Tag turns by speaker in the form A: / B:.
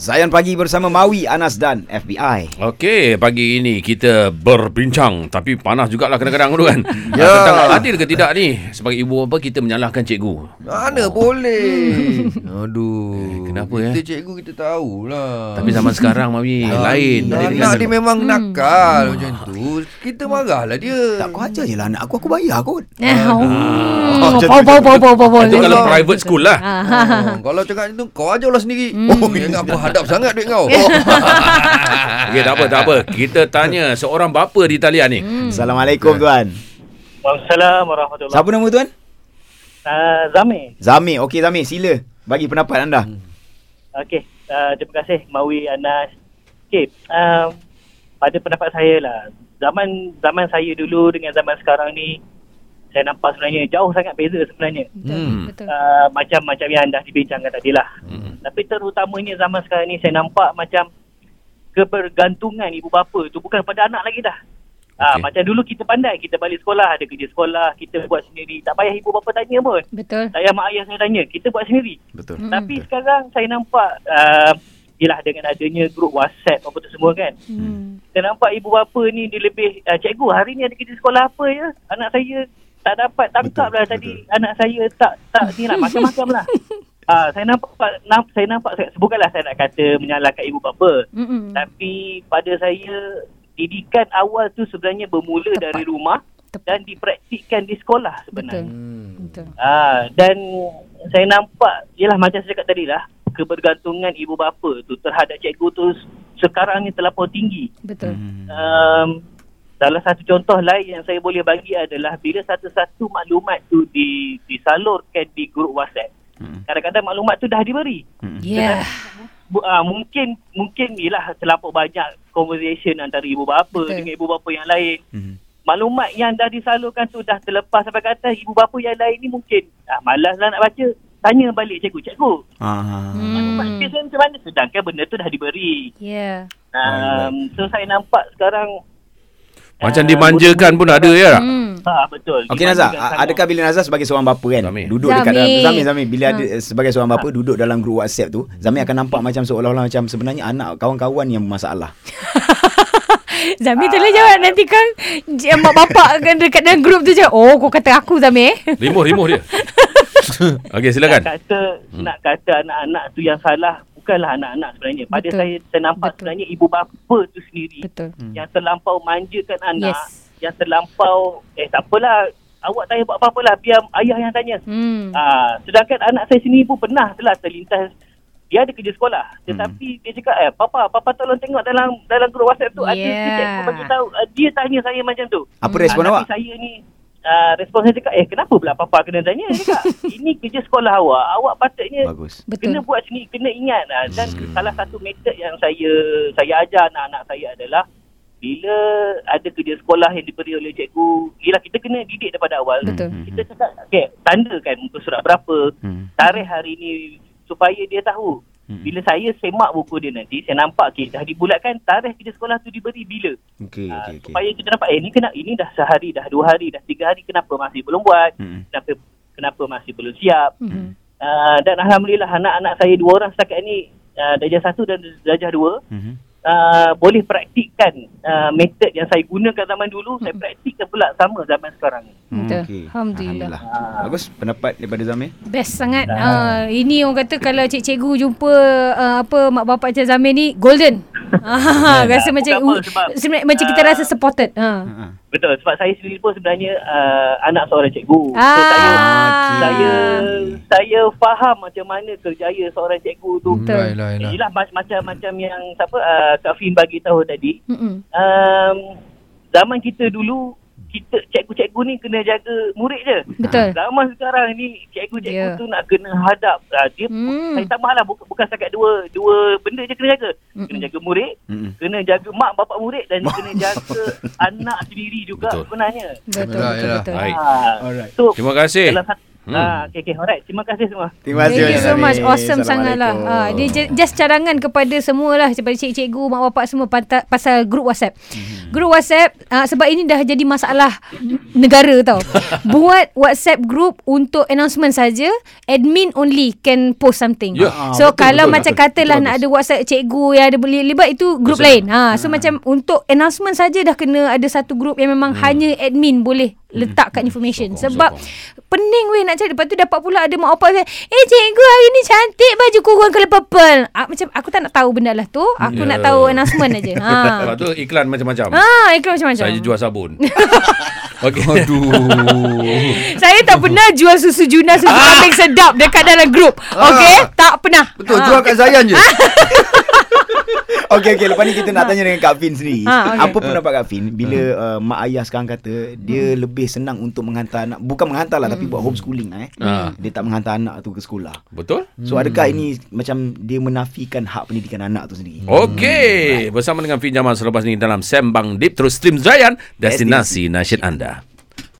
A: Zayan Pagi bersama Mawi, Anas dan FBI.
B: Okey, pagi ini kita berbincang tapi panas jugalah kadang-kadang tu kan. Ya.
C: Ya.
B: Tentang adil ke tidak ni sebagai ibu bapa kita menyalahkan cikgu.
C: Mana oh. boleh Aduh
B: kenapa,
C: Kita
B: eh?
C: cikgu kita tahulah
B: Tapi zaman sekarang mami lain. kan.
C: Anak dia memang
B: Hmm.
C: nakal macam tu Kita marahlah dia
A: Tak kau ajar je lah anak aku, aku bayar kot.
D: Eh,
A: Oh,
D: oh, Ah,
A: macam
D: pau,
A: tu.
D: pau, pau, pau, pau, pau.
B: Itu kalau
C: Memang.
B: private school lah.
D: ha,
C: Oh, Kalau cakap macam tu Kau ajarlah sendiri Oh, Jangan apa hadap sangat duit kau oh.
B: Okey, tak apa, tak apa. Kita tanya seorang bapa di talian ni.
D: Hmm.
A: Hmm. Assalamualaikum tuan.
E: Waalaikumsalam warahmatullahi
A: Siapa nama tuan?
E: Uh, Zamir.
A: Zamir. Okey Zamir, sila bagi pendapat anda.
E: Okey, uh, terima kasih Mawi Anas. Okey, um, pada pendapat saya lah, zaman zaman saya dulu dengan zaman sekarang ni saya nampak sebenarnya jauh sangat beza sebenarnya.
B: Hmm.
D: Betul.
E: Uh, macam macam yang dah dibincangkan tadi lah. Hmm. Tapi terutamanya zaman sekarang ni saya nampak macam kebergantungan ibu bapa tu bukan pada anak lagi dah. Ah,
B: Okey.
E: macam dulu kita pandai, kita balik sekolah, ada kerja sekolah, kita buat sendiri. Tak payah ibu bapa tanya pun.
D: Betul. Hmm.
E: Tak payah mak ayah saya tanya. Kita buat sendiri.
A: Betul.
D: Mm-mm.
E: Tapi sekarang saya nampak uh, Yelah dengan adanya grup WhatsApp apa tu semua kan
D: Hmm.
E: Saya nampak ibu bapa ni dia lebih uh, Cikgu hari ni ada kerja sekolah apa ya Anak saya tak dapat tangkap
A: Betul,
E: lah
A: betul.
E: tadi Anak saya tak tak ni lah macam-macam lah uh, Saya nampak namp, saya nampak saya, Bukanlah saya nak kata menyalahkan ibu bapa
D: Mm-mm.
E: Tapi pada saya Didikan awal tu sebenarnya bermula
D: Tepat.
E: dari rumah
D: Tepat.
E: Dan dipraktikkan di sekolah sebenarnya
D: Betul. Betul.
E: Ah, dan saya nampak ialah macam saya cakap tadi lah kebergantungan ibu bapa tu terhadap cikgu tu s- sekarang ni terlampau tinggi.
D: Betul.
E: Um, salah satu contoh lain yang saya boleh bagi adalah bila satu-satu maklumat tu di, disalurkan di grup WhatsApp.
A: Hmm.
E: Kadang-kadang maklumat tu dah diberi.
D: Yeah.
E: Bu, ah, mungkin mungkin ialah terlampau banyak conversation antara ibu bapa
D: Betul.
E: dengan ibu bapa yang lain
A: Hmm.
E: maklumat yang dah disalurkan tu dah terlepas sampai ke atas ibu bapa yang lain ni mungkin ah, malaslah nak baca tanya balik cikgu cikgu
A: Ah.
E: maklumat
D: Hmm.
E: kes ni macam mana sedangkan benda tu dah diberi
D: Yeah.
E: um, so saya nampak sekarang
B: Macam
E: ah,
B: dimanjakan pun ada ya. tak?
D: Hmm.
E: ha, betul
A: Okey Nazar,
E: Dimanjakan
A: a- adakah bila Nazar sebagai seorang bapa kan
B: Zamir.
A: duduk dekat
D: Zamir. Ha.
A: dalam Zamir Zamir bila ada sebagai seorang bapa duduk dalam grup WhatsApp tu, Zamir akan nampak macam seolah-olah macam sebenarnya anak kawan-kawan yang bermasalah.
D: Zami tolong jawab nanti kan j- mak bapak kan dekat dalam grup tu je. Oh, kau kata aku Zami eh.
B: Rimuh-rimuh dia. Okey,
E: nak
B: silakan.
E: kata hmm. nak kata anak-anak tu yang salah bukanlah anak-anak sebenarnya pada
D: Betul.
E: saya saya nampak
D: Betul.
E: sebenarnya ibu bapa tu sendiri
D: Betul.
E: yang terlampau manjakan anak
D: Yes.
E: yang terlampau eh tak apalah awak tanya buat apa-apa lah biar ayah yang tanya
D: Hmm.
E: Ah, sedangkan anak saya sendiri pun pernah telah terlintas dia ada kerja
D: Hmm.
E: sekolah tetapi dia cakap eh papa papa tolong tengok dalam dalam grup WhatsApp tu ada
D: Yeah.
E: cikgu bagi tahu Ah, dia tanya saya macam tu.
A: Apa
D: Hmm.
A: respon
E: Ah,
A: awak?
E: Tapi saya ni ah, respon saya cakap eh kenapa pula papa kena tanya dia cakap ini kerja sekolah awak awak patutnya
A: Bagus. Hmm.
D: Betul.
E: Kena buat sini, kena ingat. ah. Dan salah satu method yang saya saya ajar anak-anak saya adalah bila ada kerja sekolah yang diberi oleh cikgu, ialah kita kena didik daripada awal.
D: Betul.
A: Mhm.
E: Kita cakap, okay, tandakan untuk surat berapa,
A: Hmm.
E: tarikh hari ni supaya dia tahu.
A: Mhm.
E: Bila saya semak buku dia nanti, saya nampak okay, dah dibulatkan tarikh kerja sekolah tu diberi bila.
A: Okey
E: Ah,
A: okey okey.
E: Supaya kita nampak, eh ni, kena, ini dah sehari, dah dua hari, dah tiga hari, kenapa masih belum buat?
A: Hmm.
E: Kenapa, kenapa masih belum siap?
D: Hmm.
E: Uh, dan alhamdulillah anak-anak saya dua orang setakat ni uh, darjah satu dan darjah dua
A: Mhm.
E: uh, boleh praktikkan uh, method yang saya gunakan zaman dulu
A: Mhm.
E: saya praktikkan pula sama zaman sekarang ni.
D: Betul.
A: Okey.
D: Alhamdulillah.
A: Hmm. Alhamdulillah. Bagus pendapat daripada Zamir.
D: Best sangat. Ah, ini orang kata kalau cikgu jumpa ah, apa mak bapak Cik Zamir ni golden. Ah, rasa
E: Bukan
D: macam
E: apa,
D: u-
E: sebab-
D: sebenarnya macam kita
E: Ah.
D: rasa supported. Ha.
A: Ha.
E: betul sebab saya sendiri pun sebenarnya uh, anak seorang cikgu
D: Ah.
E: so saya
D: Ah.
E: saya saya faham macam mana kerjaya seorang cikgu tu
D: Hmm, Betul.
C: Yelah,
B: lah,
C: yelah.
E: Yelah mac- macam macam yang siapa uh, Kak Fin bagi tahu tadi
D: Mm-mm.
E: um, zaman kita dulu kita cikgu-cikgu ni kena jaga murid je.
D: Betul.
E: Zaman sekarang ni cikgu-cikgu
D: Eh. Ya.
E: yeah. tu nak kena hadap. Ah, dia
D: Hmm.
E: hmm. saya tambahlah bukan, bukan setakat dua dua benda je kena jaga. Mm-mm. Kena jaga murid,
B: Hmm.
A: Mm-mm.
E: kena jaga mak bapak murid dan kena jaga anak sendiri juga
B: Betul.
E: Betul. sebenarnya.
D: Betul,
C: Yelah,
D: betul,
C: yelah.
D: betul.
B: Baik.
E: Ha.
A: Alright.
E: So
B: Terima kasih.
E: dalam satu,
B: Hmm.
E: Ah, okay, okay. Alright. Terima kasih semua.
A: Terima kasih.
D: Thank you so
A: Nabi.
D: much. Awesome sangatlah. Ha,
A: Assalamualaikum.
D: dia ju- just cadangan kepada semualah daripada cikgu-cikgu, mak bapak semua panta- pasal grup WhatsApp.
B: Hmm.
D: Grup WhatsApp uh, sebab ini dah jadi masalah negara tau. Buat WhatsApp group untuk announcement saja, admin only can post something.
B: Ya,
D: so
B: betul,
D: kalau
B: betul,
D: macam
B: betul.
D: katalah
B: Betul, Hmm.
D: nak ada WhatsApp cikgu yang ada boleh libat itu grup lain. Ha, so macam untuk announcement saja dah kena ada satu grup yang memang
B: Hmm.
D: hanya admin boleh letakkan information
B: Sokong,
D: sebab pening weh nak cari lepas tu dapat pula ada mak opak saya eh cikgu hari ni cantik baju kurung colour purple ah, macam aku tak nak tahu benda lah tu aku
B: Ya.
D: nak tahu announcement aja ha
B: Lepas Ah. tu iklan macam-macam.
D: ha iklan macam-macam
B: Saya jual sabun. Okey.
C: Aduh.
D: saya tak pernah jual susu Juna susu
B: Ah.
D: kambing sedap dekat dalam grup okey tak pernah
C: Betul,
D: Ah.
C: jual kat Zayan je.
A: Okey okey lepas ni kita nak tanya dengan Kak Fin sendiri.
D: Ah, okey.
A: Apa pendapat Kak Fin bila uh, mak ayah sekarang kata dia lebih senang untuk menghantar anak bukan menghantar lah tapi buat homeschooling lah eh.
B: Ah.
A: Dia tak menghantar anak tu ke sekolah.
B: Betul?
A: So adakah ini macam dia menafikan hak pendidikan anak tu sendiri?
B: Hmm. Okey, bersama dengan Fin Jamal selepas ni dalam Sembang Deep terus stream Zayan destinasi nasyid anda.